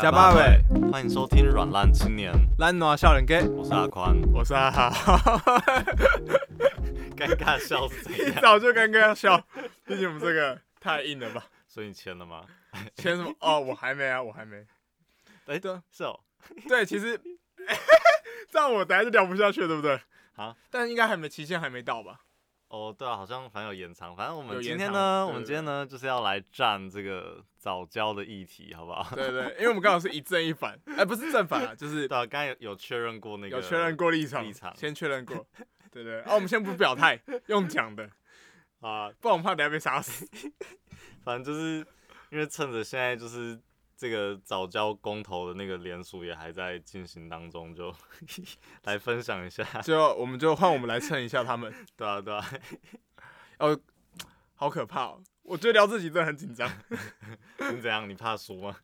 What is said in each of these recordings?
加八尾，欢迎收听《软烂青年》，咱拿笑脸给，我是阿宽，我是阿豪，尴尬笑死一 样。 早就刚刚要笑，毕竟我们这个太硬了吧？所以你签了吗？签什么？哦，我还没啊，我还没。哎对是哦，对，其实 这样我等下就聊不下去了，对不对？啊，但应该还没期限还没到 吧？哦，对啊，好像反正有延长。反正我们有今延天长呢，对我们对今天呢就是要来站这个早教的议题，好不 好？对对，因为我们刚好是一正一反， 哎、不是正反啊，就是对啊，刚才有有确认过那个，有确认过立场，立场先确认过。 对对，哦，我们先不表态，用讲的，啊，不然我们怕等下被杀死。反正就是因为趁着现在就是这个早教公投的那个联署也还在进行当中，就 来分享一下。最后我们 就换我们来蹭一下他们，对啊，对啊，好可怕哦！我觉得聊自己真的很紧张。你怎样？你怕输吗？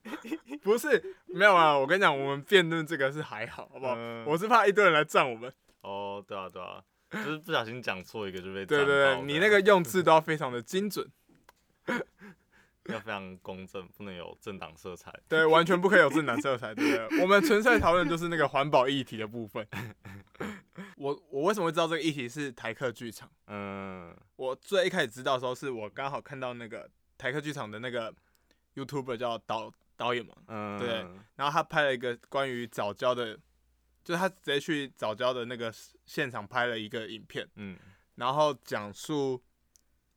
不是，没有啊，我跟你讲，我们辩论这个是还好，好不好？嗯我是怕一堆人来占我们。哦，对啊，对啊，就是不小心讲错一个就被对站对对，爆你这那样个用字都要非常的精准，要非常公正，不能有政党色彩。对，完全不可以有正男色彩，对不对？我们纯粹讨论就是那个环保议题的部分。 我我为什么会知道这个议题是台客剧场？嗯，我最一开始知道的时候，是我刚好看到那个台客剧场的那个 YouTuber 叫导导演嘛，嗯，对然后他拍了一个关于早教的，就是他直接去早教的那个现场拍了一个影片，嗯，然后讲述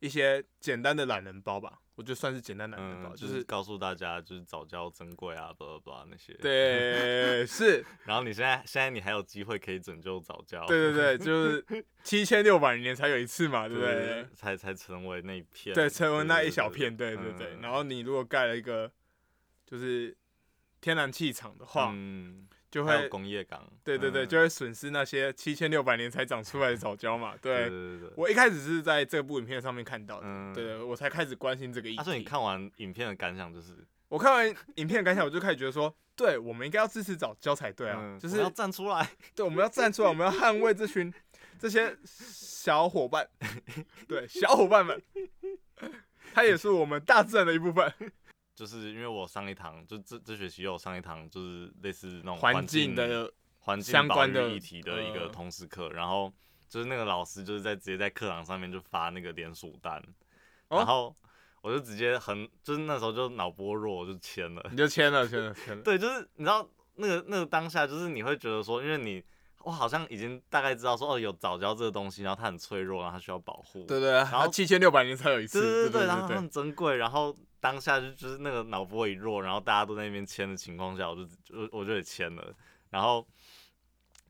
一些简单的懒人包吧，我就算是简单懒人包，嗯，就就是是告诉大家，就是早教珍贵啊，巴拉巴拉那些。。 对，是，然后你现在，现在你还有机会可以拯救早教。对对对，就是七千六百年才有一次嘛，对对不对？才才成为那一片。对，成为那一小片，对对嗯对。然后你如果盖了一个就是天然气场的话，嗯，就还有会。工业港。对对对，嗯就会损失那些七千六百年才长出来的早教嘛。对对，对对对。我一开始是在这部影片上面看到的，嗯对我才开始关心这个议题。他啊说：“所以你看完影片的感想就是，我看完影片的感想，我就开始觉 得说，对我们应该要支持早教才对啊，嗯就我们是要站出来。对我们要站出来，我们要捍卫 这群这些小伙伴，对小伙伴们，他也是我们大自然的一部分，就是因为我上一堂，就这这学期又有上一堂，就是类似那种环境境的环境相保关育的议题的一个嗯通识课，然后就是那个老师就是在直接在课堂上面就发那个联署单，哦然后我就直接很就是那时候就脑波弱，我就签了。你就签了，签了，签了。对，就是你知道那个那个当下，就是你会觉得说，因为你我好像已经大概知道说哦有早教这个东西，然后它很脆弱，然后它需要保护。对对，然后七千六百年才有一次，对对对对，然后它对很珍贵，然后当下就就是那个脑波一弱，然后大家都在那边签的情况下，我就就我就也签了，然后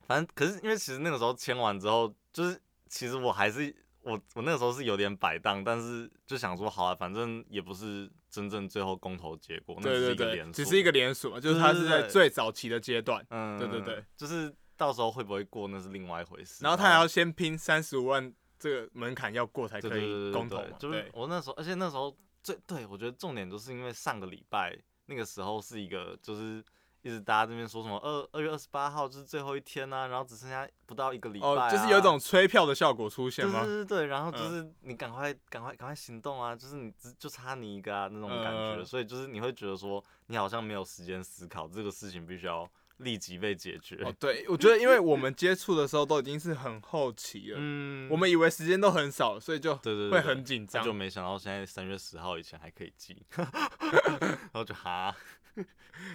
反正可是因为其实那个时候签完之后，就是其实我还是我我那个时候是有点摆荡，但是就想说好啊，反正也不是真正最后公投结果，那只是对对一个对，连只锁是一个连锁嘛，就是它是对在对对最早期的阶段，嗯，对对对，就是到时候会不会过那是另外一回事，然后他还要先拼三十五万这个门槛要过才对可对以对对公投对嘛，就是对我那时候，而且那时候最对我觉得重点就是因为上个礼拜那个时候是一个就是一直大家这边说什么二二月二十八号就是最后一天啊，然后只剩下不到一个礼拜、啊哦，就是有一种催票的效果出现对吗对？对对，然后就嗯是你赶快赶快赶快行动啊，就是你只就差你一个啊那种感觉，嗯所以就是你会觉得说你好像没有时间思考这个事情，必须要立即被解决。哦，对，我觉得因为我们接触的时候都已经是很后期了，嗯我们以为时间都很少，所以就对对对对会很紧那张就。没想到现在三月十号以前还可以寄， 然后就哈，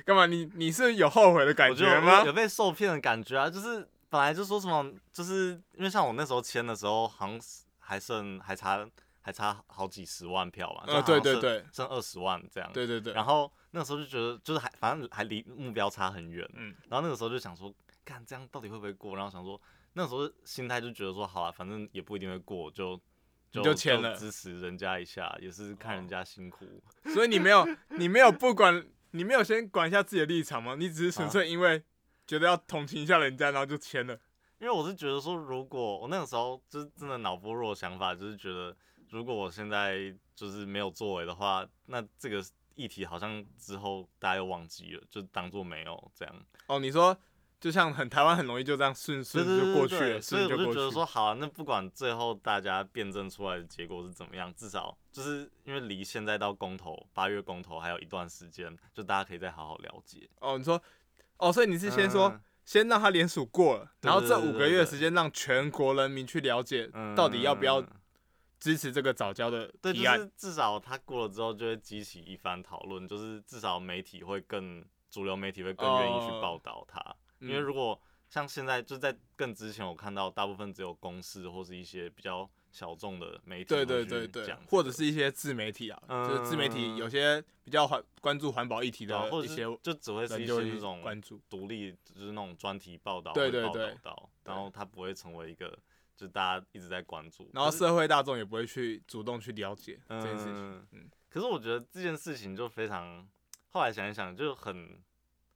干嘛？你你是有后悔的感我就有觉吗有？被受骗的感觉啊，就是本来就说什么，就是因为像我那时候签的时候，好像是还剩还差还差好几十万票嘛，就呃好像对对剩对，剩二十万这样， 对对对，然后那时候就觉得就是还反正还离目标差很远，嗯然后那个时候就想说，看这样到底会不会过，然后想说那时候心态就觉得说，好啊，反正也不一定会过，就。你就签了哦支持人家一下，也是看人家辛苦。所以你没有你没有不管你没有先管一下自己的立场吗？你只是纯啊粹因为觉得要同情一下人家，然后就签了。因为我是觉得说，如果我那个时候就是真的脑波弱的想法，就是觉得如果我现在就是没有作为的话，那这个议题好像之后大家又忘记了，就当做没有这样。哦，你说就像很台湾很容易就这样顺对顺对就对过对去对，了，所以顺我就就过觉得去。说，好啊，那不管最后大家辩证出来的结果是怎么样，至少就是因为离现在到公投八月公投还有一段时间，就大家可以再好好了解。哦，你说，哦，所以你是先说，嗯先让他联署过了，对然后对这对五对个对月的对时间让全国人民去了解嗯到底要不要嗯嗯支持这个早教的对，提就案。是至少它过了之后就会激起一番讨论，就是至少媒体会更主流媒体会更愿意去哦报道它，因为嗯如果像现在就在更之前，我看到大部分只有公视或是一些比较小众的媒体对会对去对对讲，这或者个是一些自媒体啊，就是自媒体嗯有些比较环关注环保议题对啊的或一者些是就只会是人一就些会那去种关注。独立，就是那种专题报道对会对报道对到，对然后它不会成为一个就大家一直在关注，然后可是社会大众也不会去主动去了解这件事情。嗯嗯可是我觉得这件事情就非常，后来想一想就很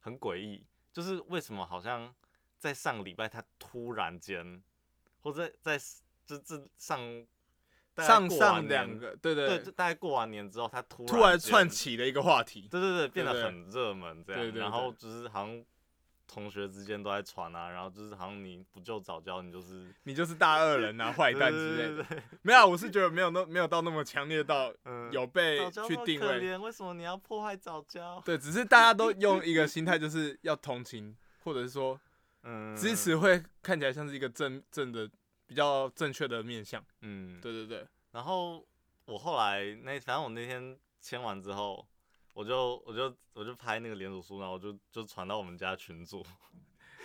很诡异，就是为什么好像在上个礼拜他突然间，或者在在这这上大概上过上完两年个，对对，对，就大概过完年之后，他突突然间串，起了一个话题。对对对，变得对对很热门这样，对对然对后就是好像同学之间都在传啊，然后就是好像你不就早教，你就是你就是大恶人啊，坏对蛋对之对类的。对对没有啊，我是觉得没有那没有到那么强烈到嗯，有被早教去那么定可位。怜，为什么你要破坏早教？对，只是大家都用一个心态，就是要同情，或者是说嗯， 支持会看起来像是一个正正的、比较正确的面向。嗯，对对对，然后我后来那反正我那天签完之后，我就我就我就拍那个联署书，然后我就就传到我们家群组，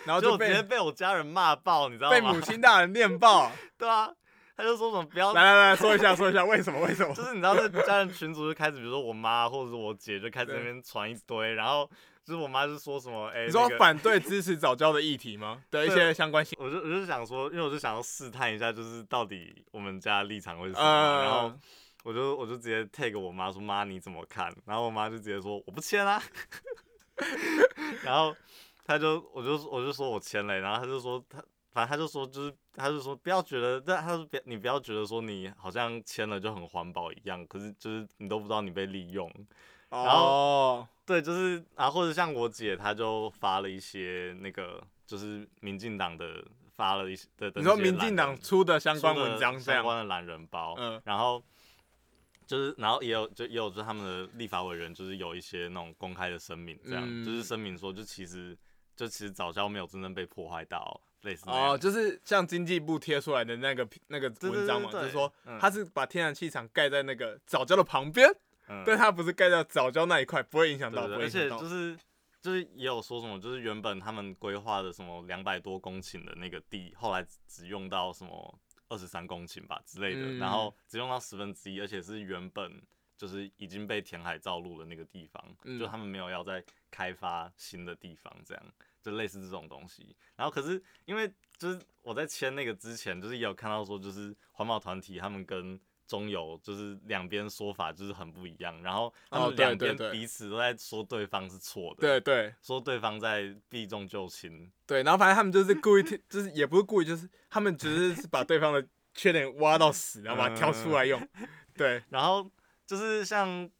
然后结哦就果直接被被我家人骂爆，你知道被吗母？亲大人念爆。 对啊，他就说什么不要来。来来，说一下，说一下为什么？为什么就？是你知道，在家人群组就开始，比如说我妈或者是我姐就开始对那边传一堆，然后就是我妈就说什么，哎、你说那个反对支持早教的议题 吗？的一些相关性。我就我就想说，因为我就想要试探一下，就是到底我们家的立场会是什么，呃，然后我就我就直接 take 我妈说妈你怎么看？然后我妈就直接说我不签啊， 然后她就我就我就说我签了，欸然后她就说她反正她就说就是她就说不要觉得，但她说别你不要觉得说你好像签了就很环保一样，可是就是你都不知道你被利用。然后哦，对，就是啊，或者像我姐她就发了一些那个就是民进党的发了一些的，的你说那些民进懒党人出的相关出的文章这相样，关的懒人包，嗯然后就是，然后也有就也有就是他们的立法委员就是有一些那种公开的声明，这样、嗯就是声明说，就其实就其实早教没有真正被破坏到，类似那样哦，就是像经济部贴出来的那个那个对对文章嘛，对就对是说嗯它是把天然气厂盖在那个早教的旁边，嗯但它不是盖在早教那一块，不会影响对到，对对不会而影且响到就。是就是也有说什么，就是原本他们规划的什么两百多公顷的那个地，后来只用到什么二十三公顷吧之类的，嗯然后只用到十分之一，而且是原本就是已经被填海造陆的那个地方，嗯就他们没有要再开发新的地方，这样就类似这种东西。然后可是因为就是我在签那个之前，就是也有看到说，就是环保团体他们跟中油就是两边说法就是很不一样，然后他哦们对两边对对彼此都在说对方是错的，对对说对方在避重就轻，对，然后反正他们就是故意贴，就是也不是故意，就是他们只是把对方的缺点挖到死，然后把它挑出来嗯用。 对，然后就是像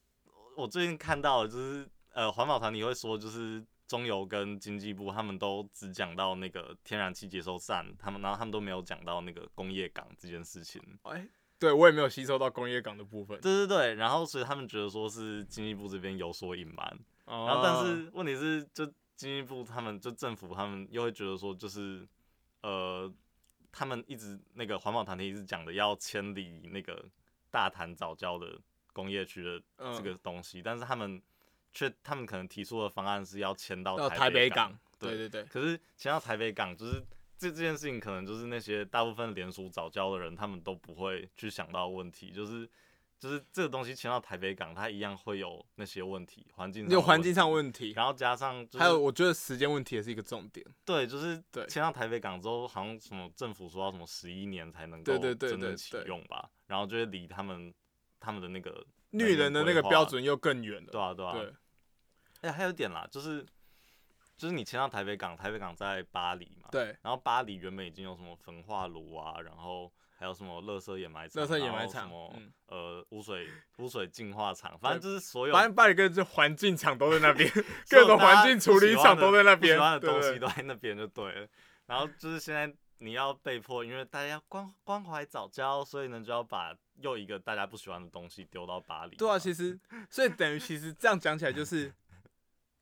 我最近看到的，就是呃环保团体会说，就是中油跟经济部他们都只讲到那个天然气接收站，他们然后他们都没有讲到那个工业港这件事情。哎，对我也没有吸收到工业港的部分。对对对，然后所以他们觉得说是经济部这边有所隐瞒，然然后但是问题是，就经济部他们就政府他们又会觉得说，就是呃，他们一直那个环保团体一直讲的要迁离那个大潭早教的工业区的这嗯个东西，但是他们却他们可能提出的方案是要迁到到台哦台北港港，，对对对，可是迁到台北港，就是这这件事情，可能就是那些大部分联署早教的人，他们都不会去想到的问题，就是就是这个东西迁到台北港，它一样会有那些问题，环境上的有环境问上问题题，，然后加上、就是、还有我觉得时间问题也是一个重点。对，就是对迁到台北港之后，好像什么政府说要什么十一年才能够对对对真对正启对用吧，然后就会离他们他们的那个绿人的那个标准又更远了。对啊对啊，对，哎、还有一点啦，就是就是你迁到台北港，台北港在巴黎嘛，对，然后巴黎原本已经有什么焚化炉啊，然后还有什么垃圾掩埋场，垃圾掩然埋后什场么、嗯呃污水污水净化厂，反正就是所有，反正巴黎各种环境厂都在那边 各种环境处理厂厂都在那边喜欢，的对不东对西都在那边就对了。然后就是现在你要被迫，因为大家要关关怀早教，所以呢就要把又一个大家不喜欢的东西丢到巴黎嘛。对啊，其实所以等于其实这样讲起来就是，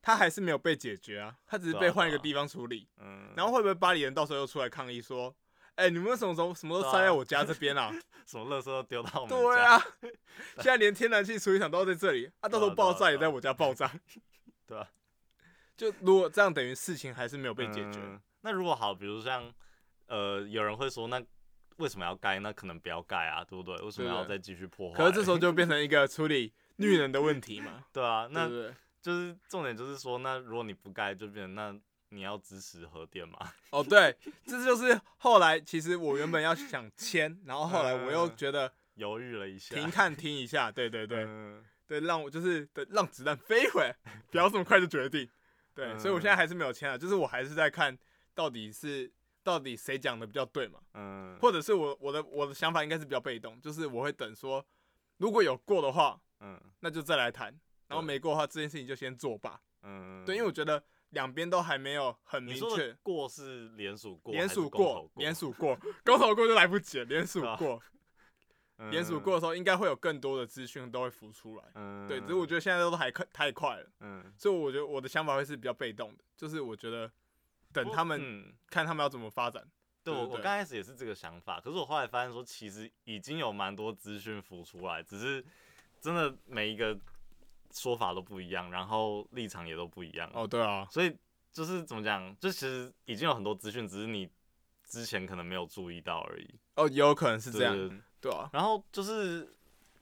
他还是没有被解决啊，他只是对啊被换一对啊个地方处理。嗯，然后会不会巴黎人到时候又出来抗议说，哎、你们为什么时候什么时候塞在我家这边啊？什么垃圾都丢 到我们家。对啊，现在连天然气处理厂都在这里，啊，到时候爆炸也在我家爆炸。对啊，就如果这样，等于事情还是没有被解决。嗯那如果好，比如像呃，有人会说，那为什么要盖？那可能不要盖啊，对不对？为什么对要对再继续破坏？可是这时候就变成一个处理女人的问 题嘛，对啊，对那不对？就是重点就是说，那如果你不盖，就变成那你要支持核电嘛？ 哦，对，这就是后来其实我原本要想签，然后后来我嗯又觉得犹豫了一下，停看听一下，对对对啊嗯对，让我就是对让子弹飞 回来，不要这么快就决定。对，嗯所以我现在还是没有签啊，就是我还是在看到底是到底谁讲的比较对嘛，嗯，或者是我我的我的想法应该是比较被动，就是我会等说如果有过的话，嗯那就再来谈，然后对没过的话这件事情就先作罢。嗯，对，因为我觉得两边都还没有很你明说确的。过是联署过，联署过过，，联署过，公投过就来不及了。联署对啊 过，嗯联署过，的时候，应该会有更多的资讯都会浮出来。嗯，对，只是我觉得现在都还快太快了，嗯，所以我觉得我的想法会是比较被动的，就是我觉得等不他们嗯看他们要怎么发展。对我对我对刚开始也是这个想法，可是我后来发现说，其实已经有蛮多资讯浮出来，只是真的每一个说法都不一样，然后立场也都不一样，哦，对啊，所以就是怎么讲，就其实已经有很多资讯，只是你之前可能没有注意到而已，哦，也有可能是这对对样对。对啊，然后就是，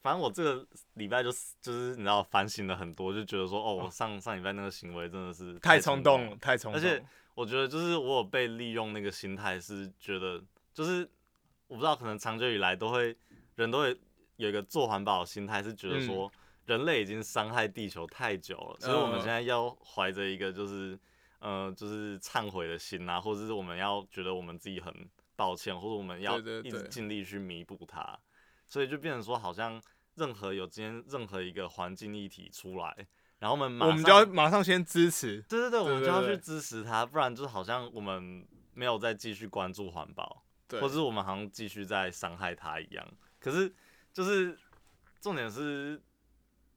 反正我这个礼拜就是就是你知道反省了很多，就觉得说哦，我上上礼拜那个行为真的是嗯太冲动了了，。太冲而动了。且我觉得就是我有被利用那个心态，是觉得就是我不知道，可能长久以来都会人都会有一个做环保的心态，是觉得嗯嗯说人类已经伤害地球太久了，所以我们现在要怀着一个就是呃就是忏悔的心啊，或者是我们要觉得我们自己很抱歉，或者我们要对对一直对尽力去弥补它，所以就变成说好像任何有今天任何一个环境议题出来。然后我们马我们上就要马上先支持。对对对，我们就对要对去对支持他，不然就是好像我们没有再继续关注环保，对或，者是我们好像继续在伤害他一样。可是就是重点是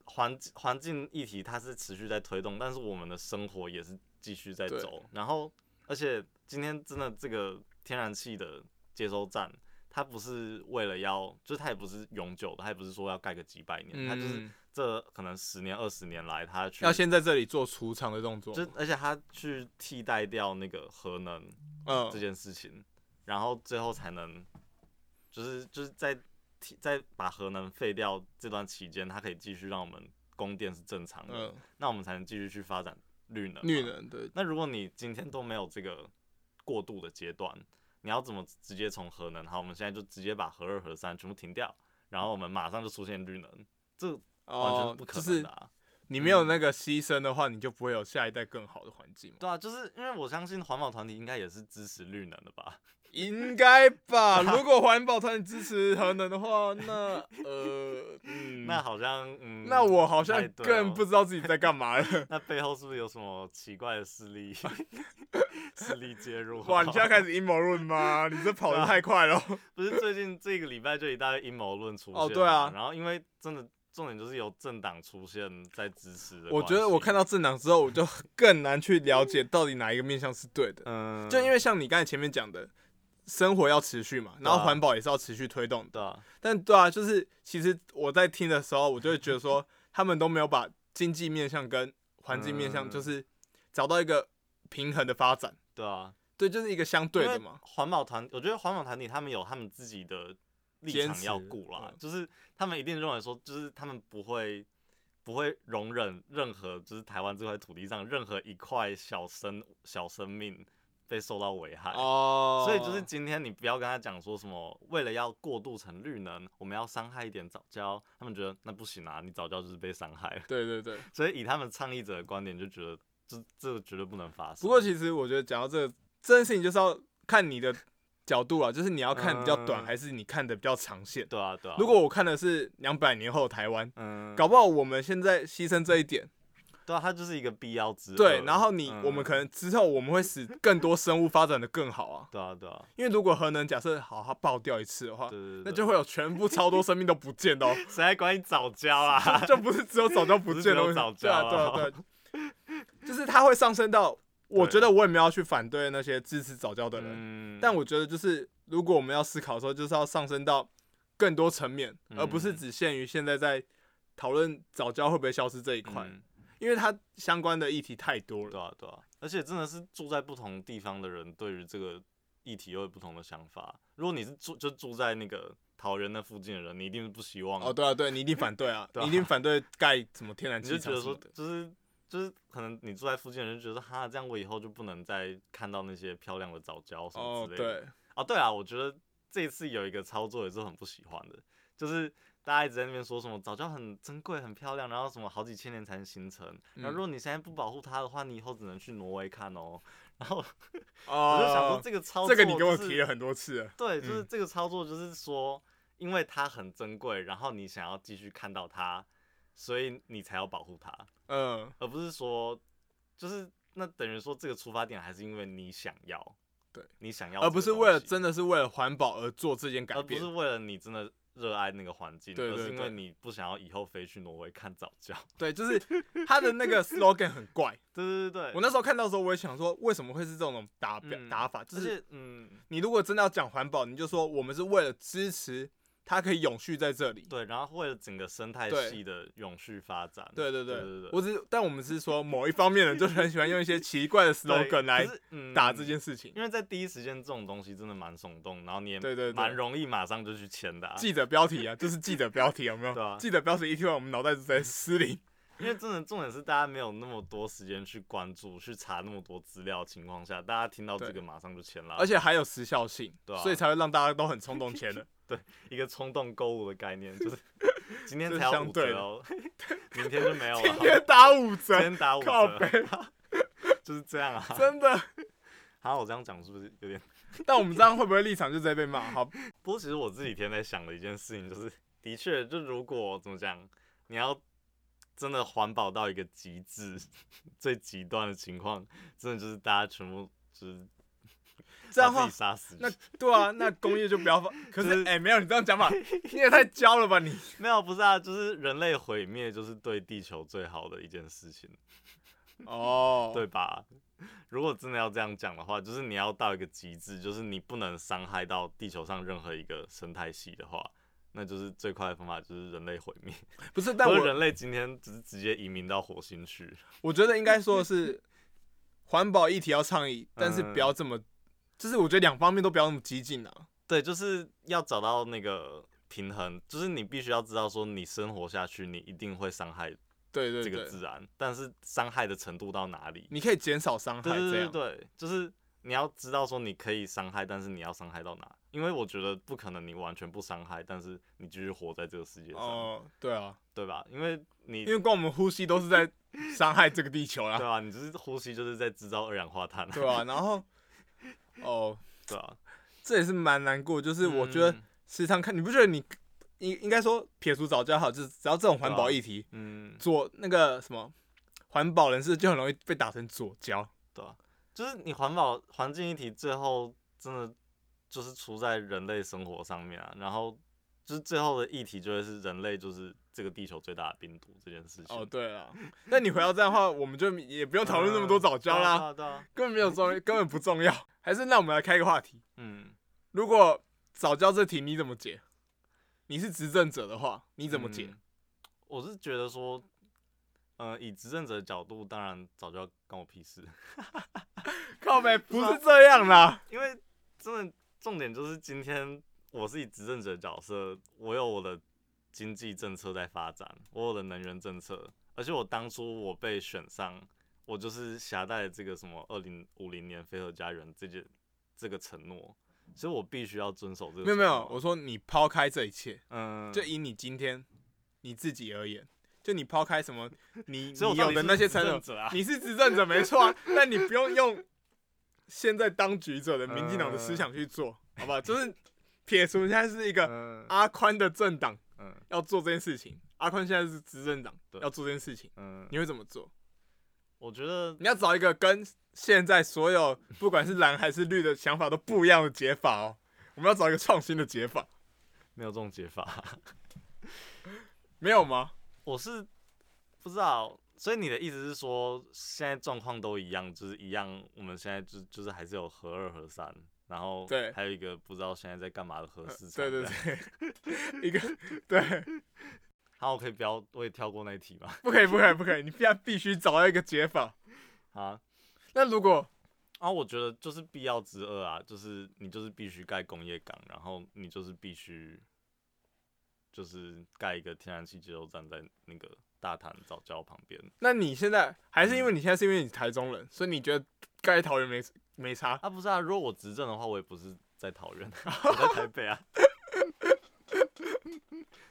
环环境议题它是持续在推动，但是我们的生活也是继续在对走。然后而且今天真的这个天然气的接收站。它不是为了要，就是它也不是永久的，它也不是说要盖个几百年，它就是嗯，这可能十年、二十年来，它去要先在这里做出场的动作。就而且他去替代掉那个核能嗯这，件事情，然后最后才能，就是就是在替在把核能废掉这段期间，它可以继续让我们供电是正常的，嗯，那我们才能继续去发展绿能。女。人对，那如果你今天都没有这个过渡的阶段，你要怎么直接从核能？好，我们现在就直接把核二、核三全部停掉，然后我们马上就出现绿能，这完全是哦不，可就是能的、啊你没有那个牺牲的话，你就不会有下一代更好的环境嘛。对啊，就是因为我相信环保团体应该也是支持绿能的吧？应该 吧？如果环保团体支持核能的话，那 呃，嗯，那好像，嗯，那我好不像太对更哦不知道自己在干嘛了。那背后是不是有什么奇怪的势 力势力介入？啊哇，你现在开始阴谋论吗？你这跑得太快了。不是最近这个礼拜就一大堆阴谋论出现哦对啊嘛然后因为真的重点就是由政党出现在支持的，我觉得我看，到政党之后，我就更难去了解到底哪一个面向是对的。嗯，就因为为像你刚才前面讲的，生活要持续嘛，然后对啊环保也是要持续推动的。对啊，但对啊，就是其实我在听的时候，我就会觉得说，他们都没有把经济面向跟环境面向，嗯就是找到一个平衡的发展。对啊，对，就是一个相对的嘛。。环保团，我觉得环保团体他们有他们自己的立坚场要持顾啦，嗯就是他们一定认为说，就是他们不会不会容忍任何就是台湾这块土地上任何一块小生小生命被受到危害。哦所以就是今天你不要跟他讲说什么，为了要过渡成绿能，我们要伤害一点早教，他们觉得那不行啊，你早教就是被伤害了。 对对对，所以以他们倡议者的观点就觉得这这个绝对不能发生。不过其实我觉得讲到这个这件事情，就是要看你的角度啊，就是你要看比较短，嗯还是你看的比较长线。对啊对啊，如果我看的是两百年后的台湾，嗯，搞不好我们现在牺牲这一点，对啊，它就是一个必要之恶对，然后你嗯我们可能之后我们会使更多生物发展的更好啊。对啊对啊，因为如果核能假设好它爆掉一次的话对，对对，那就会有全部超多生命都不 见的、哦，谁还管你早教啊？ 就不是只有早教不见的问不是题，只有对啊早对教啊啊 对啊就是它会上升到，我觉对得我也没有要去反对那些支持早教的人，嗯，但我觉得就是如果我们要思考的时候，就是要上升到更多层面，嗯而不是只限于现在在讨论早教会不会消失这一块，嗯因为它相关的议题太多了。对啊对啊，而且真的是住在不同地方的人，对于这个议题又有不同的想法。如果你是住就住在那个桃园那附近的人，你一定是不希望哦，对啊，对你一定反对啊， 对啊你一定反对盖什么天然你就气觉厂得什么说的，，就是就是可能你住在附近的人就觉得哈，这样我以后就不能再看到那些漂亮的早教什么哦，之类的。对，哦，对啊，我觉得这一次有一个操作也是很不喜欢的，就是大家一直在那边说什么早教很珍贵、很漂亮，然后什么好几千年才能形成，然后嗯如果你现在不保护它的话，你以后只能去挪威看哦。然后我就想说哦，这个操作、这个你跟我提了，很多次了，对，就是嗯这个操作就是说，因为它很珍贵，然后你想要继续看到它，所以你才要保护它。嗯，而不是说，就是那等于说这个出发点还是因为你想要，对你想要，而不是为了，真的是为了环保而做这件改而不变是。为了你真的热爱那个环境，对而对是因为对你不想要以后飞去挪威看早教。 对，就是他的那个 slogan 很怪。对对 对对，我那时候看到的时候，我也想说，为什么会是这种打表嗯打法？就而是且嗯，你如果真的要讲环保，你就说我们是为了支持它可以永续在这里。对，然后为了整个生态对系的永续发展，对对对对对对我只但我们是说某一方面的人就是很喜欢用一些奇怪 的对 slogan 来可是嗯打这件事情。因为在第一时间这种东西真的蛮耸动，然后你也对对对蛮容易马上就去签的、啊，记者标题啊，就是记者标题有没有？ 对啊记者标题一听完，我们脑袋就在失灵。因为真的重点是大家没有那么多时间去关注、去查那么多资料的情况下，大家听到这个对马上就签了，啊 而且还有时效性，对啊所以才会让大家都很冲动签的。一个冲动购物的概念， 就是今天这是才要相五对折哦， 明 天就没有今了，天打五今折，天打五靠折，背， 就是这样啊。真的。好，我这样讲是不是有点？但我们这样会不会立场就直接被骂？好，不过其实我这几天在想的一件事情，就是的确，就如果怎么讲，你要真的环保到一个极致、最极端的情况，真的就是大家全部就是这样的把话自己杀死。那对啊，那工业就不要放。 可就是是哎、没有你这样讲法，你也太娇了吧你！没有，不是啊，就是人类毁灭就是对地球最好的一件事情，啊哦，对吧？ 如果真的要这样讲的话，就是你要到一个极致，就是你不能伤害到地球上任何一个生态系的话，那就是最快的方法就是人类毁灭。不是，但但我我人类今天只是直接移民到火星去，我觉得应该说的是， 环保议题要倡议，但嗯是不要这么，就是我觉得两方面都不要那么激进啊。对，就是要找到那个平衡，就是你必须要知道说你生活下去，你一定会伤害对这对个对，自然，但是伤害的程度到哪里，你可以减少伤害，对这对对样对，就是你要知道说你可以伤害，但是你要伤害到哪？因为我觉得不可能你完全不伤害，但是你继续活在这个世界上，哦，对啊，对吧？因为你因为光我们呼吸都是 在伤害这个地球对啦，啊，你就是呼吸就是在制造二氧化碳啊，对啊，然后哦，对啊，这也是蛮难过，就是我觉得嗯时常看，你不觉得你应应该说撇除早教好，就是只要这种环对保啊议题，嗯，左那个什么环保人士就很容易被打成左交。对啊，就是你环保环境议题最后真的就是出在人类生活上面啊，然后就是最后的议题就会是人类就是这个地球最大的病毒这件事情。哦，对了，那你回到这样的话，我们就也不用讨论那么多早教嗯对啦，啊对啊对啊， 根本没有重，根本不重要。还是那我们来开一个话题，嗯，如果早教这题你怎么解？你是执政者的话，你怎么解？嗯我是觉得说，呃，以执政者的角度，当然早就要干我屁事， 靠北不是这样啦，因为真的重点就是今天我是以执政者的角色，我有我的经济政策在发展，我有我的能源政策，而且我当初我被选上，我就是携带这个什么二零五零年非核家园这件这个承诺，所以我必须要遵守这个承诺。没有没有，我说你抛开这一切，嗯，就以你今天你自己而言，就你抛开什么你所以我你到有底的是那些执承政诺，者啊，你是执政者没错啊，但你不用用现在当局者的民进党的思嗯想去做，好不好？就是撇除现在是一个嗯阿宽的政党嗯要做这件事情，阿宽现在是执政党对要做这件事情，嗯，你会怎么做？我觉得你要找一个跟现在所有不管是蓝还是绿的想法都不一样的解法哦。我们要找一个创新的解法，没有这种解法， 没有吗？我是不知道。所以你的意思是说，现在状况都一样，就是一样，我们现在就就是还是有核二核三，然后对呃还有一个不知道现在在干嘛的核四厂对这对样。对， 一个对， 好，我可以不要，我也跳过那一题 嘛。不可以不可以不可以，你必必须找到一个解法。啊，那如果啊，我觉得就是必要之二啊，就是你就是必须盖工业港，然后你就是必须就是盖一个天然气接收站在那个大潭早教旁边那你现在还是因为你现在是因为你台中嗯人，所以你觉得盖桃园没没差？啊，不是啊，如果我执政的话，我也不是在桃园， 我在台北啊，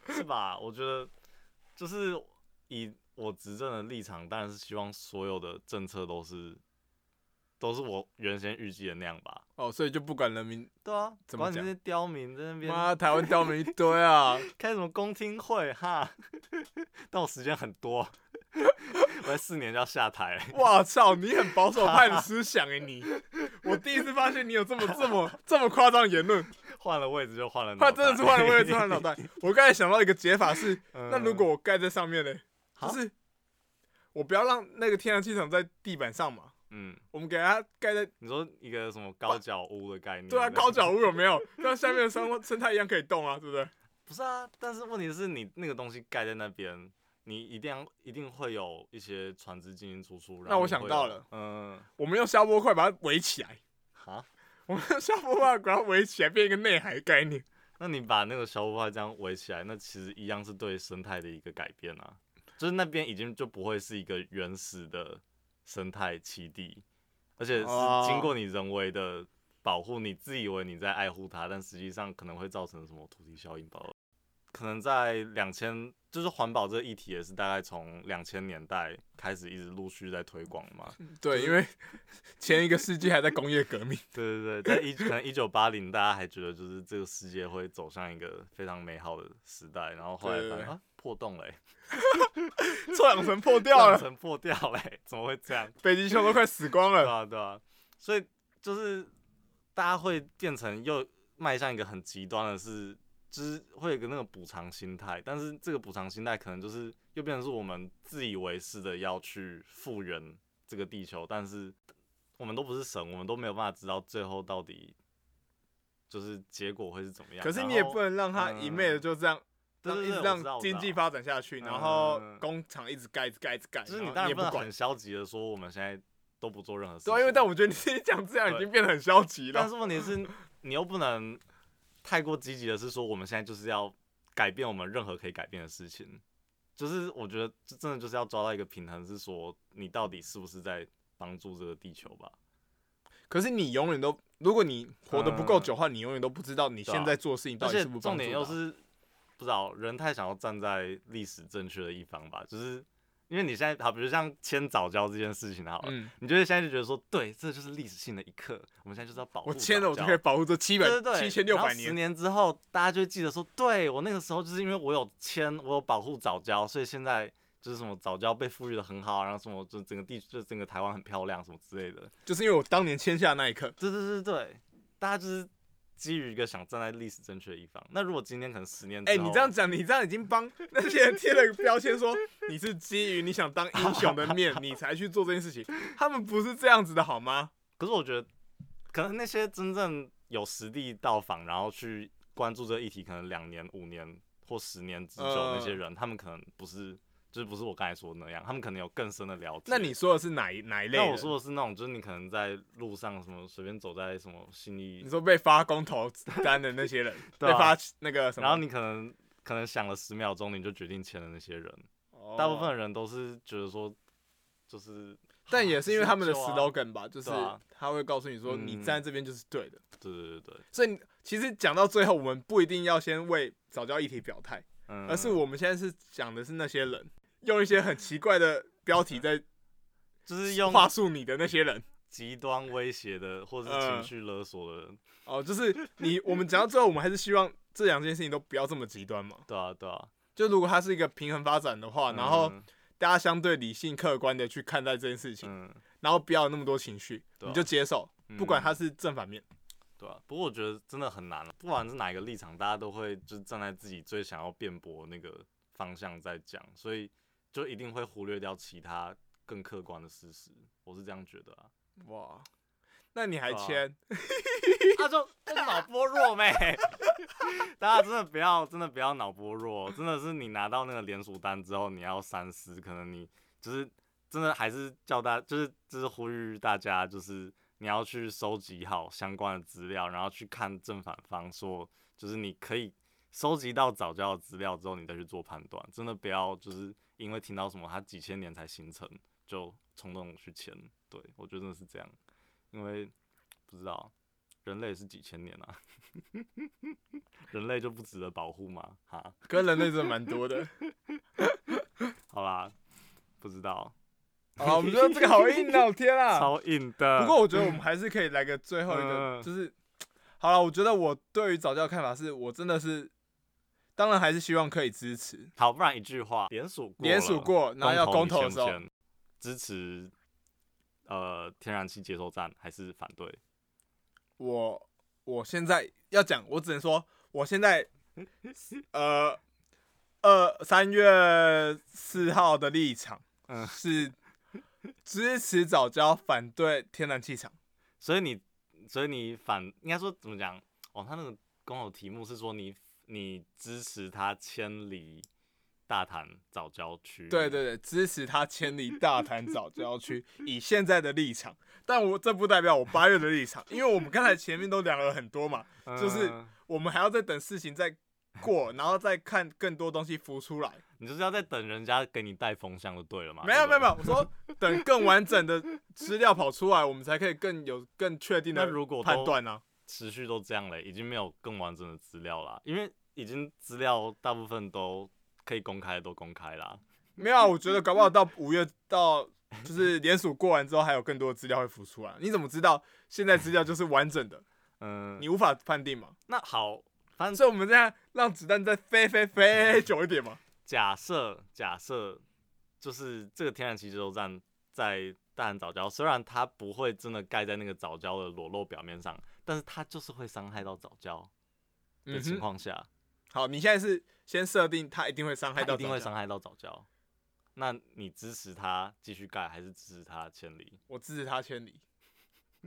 是吧？我觉得就是以我执政的立场，当然是希望所有的政策都是都是我原先预计的那样吧。哦，所以就不管人民，对啊，怎么管你这讲些刁民在那边妈台湾刁民一堆啊！开什么公听会哈？ 但我时间很多，我在四年就要下台了。哇操，你很保守派的思想哎、 你！我第一次发现你有这么这么这么夸张的言论，换了位置就换了脑他袋，真的是换了位置换了 脑袋。我刚才想到一个解法是，嗯。那如果我盖在上面呢？好就是我不要让那个天然气厂在地板上嘛， 嗯，我们给它盖在你说一个什么高脚屋的概念？对啊高脚屋有没有？让下面的生生态一样可以动啊，对不对？不是啊，但是问题是你那个东西盖在那边，你一定要一定会有一些船只进进出出。然那后我你想会到有了，嗯，我们用消波块把它围起来，好，我们用消波块把它围起来，变一个内海概念。那你把那个小五块这样围起来，那其实一样是对生态的一个改变啊，就是那边已经就不会是一个原始的生态栖地，而且是经过你人为的保护，你自以为你在爱护它，但实际上可能会造成什么土地效应吧。可能在两千，就是环保这个议题也是大概从两千年代开始一直陆续在推广嘛。对，因为前一个世纪还在工业革命。对对对，在一可能一九八零，大家还觉得就是这个世界会走向一个非常美好的时代，然后后来对对发现对啊破洞嘞、欸，臭氧层破掉断了，层破掉嘞、怎么会这样？北极熊都快死光对了。啊对啊，所以就是大家会变成又迈向一个很极端的是，就是会有一个那个补偿心态，但是这个补偿心态可能就是又变成是我们自以为是的要去复原这个地球，但是我们都不是神，我们都没有办法知道最后到底。就是结果会是怎么样？可是然你也后嗯不能让它一昧的就这样，对让对一对我直知道让我知经济道发展下去，然后嗯工厂一直盖、一直盖、一直盖，就是你然后当也然不不能管很。消极的说我们现在都不做任何事情。对啊，因为但我觉得你自己讲这样已对经变得很消极但了。 是问题是，你又不能太过积极的是说我们现在就是要改变我们任何可以改变的事情。就是我觉得这真的就是要抓到一个平衡，是说你到底是不是在帮助这个地球吧？可是你永远都，如果你活得不够嗯久的话，你永远都不知道你对啊现在做的事情而到底且是不是重帮助点到又是不知道人太想要站在历史正确的一方吧，就是因为你现在好，比如像签早教这件事情好了，嗯，你就是现在就觉得说，对，这就是历史性的一刻，我们现在就是要保护我早教。签了，我就可以保护这七百对对对，七千六然后百十年。年之后，大家就会记得说，对我那个时候就是因为我有签，我有保护早教，所以现在就是什么早教被富裕的很好，然后什么就整个地就整个台湾很漂亮什么之类的。就是因为我当年签下那一刻，对对对对，大家就是基于一个想站在历史正确的一方。那如果今天可能十年之哎、后，你这样讲，你这样已经帮那些人贴了一个标签，说你是基于你想当英雄的面，你才去做这件事情。他们不是这样子的好吗？可是我觉得，可能那些真正有实地到访，然后去关注这个议题，可能两年、五年或十年之久，那些嗯人、他们可能不是，就是不是我刚才说的那样，他们可能有更深的了解。那你说的是哪一哪一类那人？我说的是那种，就是你可能在路上什么随便走在什么新义你，说被发公投单的那些人， 对啊被发那个什么，然后你可能可能想了十秒钟你就决定签的那些人，哦大部分，人都是觉得说，就是，但也是因为他 们的就啊 slogan 吧，就是对啊他会告诉你说嗯你站在这边就是对的。对对对对，所以其实讲到最后，我们不一定要先为早教议题表态，嗯，而是我们现在是讲的是那些人。用一些很奇怪的标题在就是用话嗯术你的那些人。极端威胁的或者是情绪勒索的人，哦，就是你，我们讲到最后，我们还是希望这两件事情都不要这么极端嘛。对啊对啊，就如果它是一个平衡发展的话，然后嗯大家相对理性客观的去看待这件事情，嗯然后不要有那么多情绪，对啊你就接受，不管嗯它是正反面。对啊，不过我觉得真的很难啊了，不管是哪一个立场，大家都会就是站在自己最想要辩驳那个方向在讲，所以就一定会忽略掉其他更客观的事实，我是这样觉得啊。哇，那你还对啊签？他就他就脑波弱妹， 大家真的不要真的不要脑波弱，真的是你拿到那个联署单之后，你要三思，可能你就是真的还是叫大就是就是呼吁大家，就是你要去收集好相关的资料，然后去看正反方说，就是你可以收集到早教的资料之后，你再去做判断，真的不要就是因为听到什么它几千年才形成就冲动去签，对我觉得真的是这样，因为不知道。人类是几千年啊， 人类就不值得保护吗？哈，跟人类真的蛮多的。好啦，不知道， 好啦，我们觉得这个好硬 哦，天啊！超硬的。不过我觉得我们还是可以来个最后一个，嗯就是好了。我觉得我对于早教的看法是我真的是，当然还是希望可以支持好，不然一句话，联署过了，联署过，然后要公投的你时签不候，签支持呃天然气接收站还是反对？我我现在要讲，我只能说我现在呃呃三月四号的立场嗯是支持早教，反对天然气厂。所以你，所以你反应该说怎么讲？哦，他那个公投题目是说你你支持他迁离大潭早教区，对对对，支持他迁离大潭早教区，以现在的立场，但我这不代表我八月的立场，因为我们刚才前面都聊了很多嘛，嗯，就是我们还要再等事情再过，然后再看更多东西浮出来。你就是要在等人家给你带风向就对了嘛。没有没啊对有不没对有，我说等更完整的资料跑出来，我们才可以更有更确定的那如果都判断 啊。持续都这样嘞，已经没有更完整的资料啦，因为已经资料大部分都可以公开，都公开啦。没有啊，我觉得搞不好到五月到就是联署过完之后，还有更多的资料会浮出来。你怎么知道现在资料就是完整的？嗯你，无法判定嘛？那好，反正所以我们这样让子弹再飞飞飞久一点嘛。假设假设就是这个天然气接收站在大安早礁，虽然它不会真的盖在那个早礁的裸露表面上，但是它就是会伤害到早礁的嗯情哼，况下，好，你现在是先设定他一定会伤害它到，一定会伤。害到早礁。那你支持它继续盖，还是支持它迁离？我支持他千里。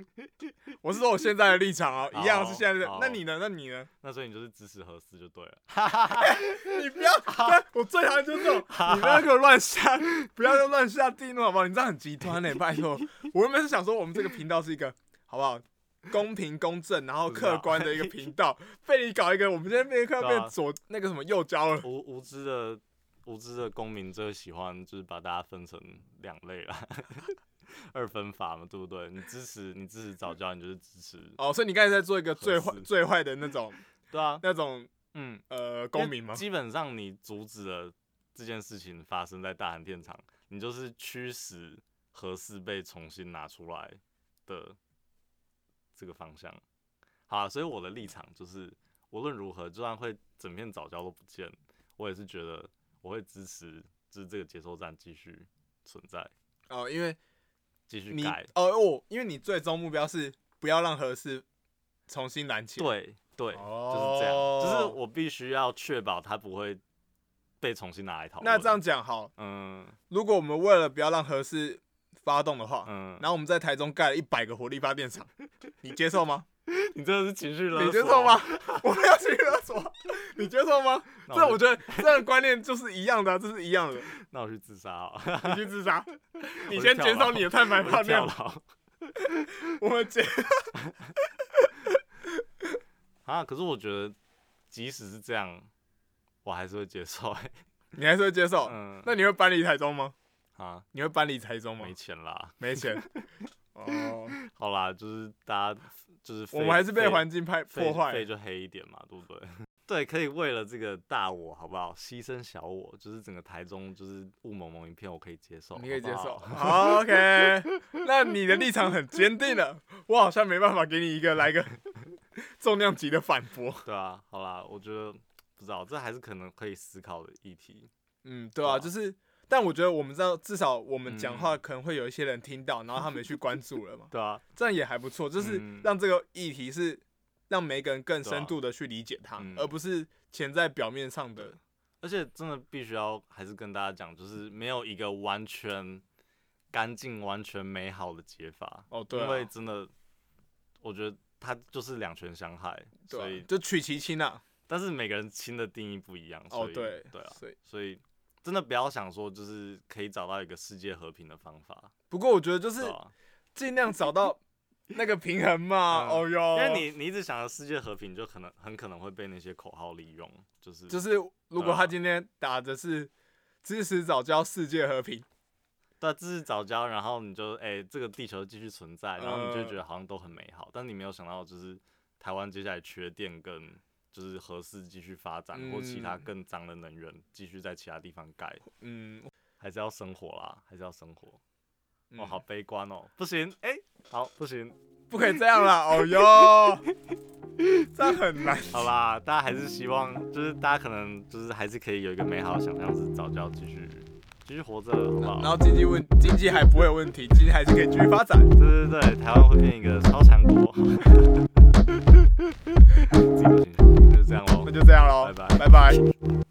我是说我现在的立场啊，一样是现在 的好。那你呢？那你呢？那所以你就是支持合适就对了。你不要，对我最讨厌就是这种，你不要给我乱下，不要又乱下定论好不好？你这样很极端呢、拜 托。我原本是想说，我们这个频道是一个好不好公平公正，然后不知道客观的一个频道，被你搞一个，我们现在被快要啊对啊变左那个什么右交了。无无知的无知的公民最喜欢就是把大家分成两类啦， 二分法嘛，对不对？你支持你支持早教，你就是支持，哦，所以你刚才在做一个最合坏适最坏的那种对啊，那种嗯，呃因为公民吗？基本上你阻止了这件事情发生在大韩电厂，你就是驱使核四被重新拿出来的这个方向。好啊、所以我的立场就是，无论如何，就算会整片早教都不见，我也是觉得我会支持，就是这个接收站继续存在，哦，因为继续你改。哦哦，因为你最终目标是不要让合适重新燃起。，对对，就是这样，就是哦我必须要确保它不会被重新拿来讨论。那这样，讲好，嗯如果我们为了不要让核试发动的话，嗯，然后我们在台中盖了一百个火力发电厂， 你接受吗？你真的是情绪 勒索，啊哦你接受吗？？ 我们要去勒索，啊你接受吗？那这我我觉得这样的观念就是一样的啊、这是一样的。那我去自杀啊！你去 自杀，你我就先跳减少楼你的碳排我放去 跳量，楼我 们减。啊！可是我觉得，即使是这样，我还是会接受、欸。你还是会接受？ 嗯，那你会搬离台中吗？啊，你会搬离台中吗没？钱啦。没钱。哦，好啦，就是大家就是我们还是被肺环境拍肺破坏肺了。就黑一点嘛，对不对？ 对，可以为了这个大我，好不好？牺牲小我，就是整个台中就是雾蒙蒙一片，我可以接受，你可以接好不受。好好，OK，那你的立场很坚定了，我好像没办法给你一个来一个 重量级的反驳。对啊，好啦，我觉得不知道，这还是可能可以思考的议题。嗯，对啊，哇就是，但我觉得我们知道，至少我们讲嗯话可能会有一些人听到，然后他们也去关 注了嘛，对啊，这样也还不错，就是嗯让这个议题是让每个人更对深啊度的去理解它，嗯而不是潜在表面上的。而且真的必须要还是跟大家讲，就是没有一个完全干净、完全美好的解法，哦，对、因为啊，真的，我觉得它就是两全相害，对所啊以，就取其轻啊。但是每个人亲的定义不一样，哦所，以对，对啊，所以所以真的不要想说就是可以找到一个世界和平的方法，不过我觉得就是对啊吧？尽量找到那个平衡嗯嘛。哦因哟，为你你一直想着世界和平，就可能很可能会被那些口号利用，就是就是如果对啊他今天打的是支持早教世界和平，对啊，这是早教，然后你就哎、这个地球继续存在，然后你就嗯觉得好像都很美好，但你没有想到就是台湾接下来缺电跟就是核四继续发展，或其他嗯更脏的能源继续在其他地方盖，嗯，还是要生活啦，还是要生活。嗯哦，好，悲观哦，不行，哎、好，不行，不可以这样啦。哦哟，这样很难。好啦，大家还是希望，就是大家可能就是还是可以有一个美好的想象，是早教继续继续活着，好不然好？后经济问经济还不会有问题，经济还是可以继续发展。对对对，台湾会变一个超强国。 自己不行，就是这样喽那。就这样喽，拜拜拜拜。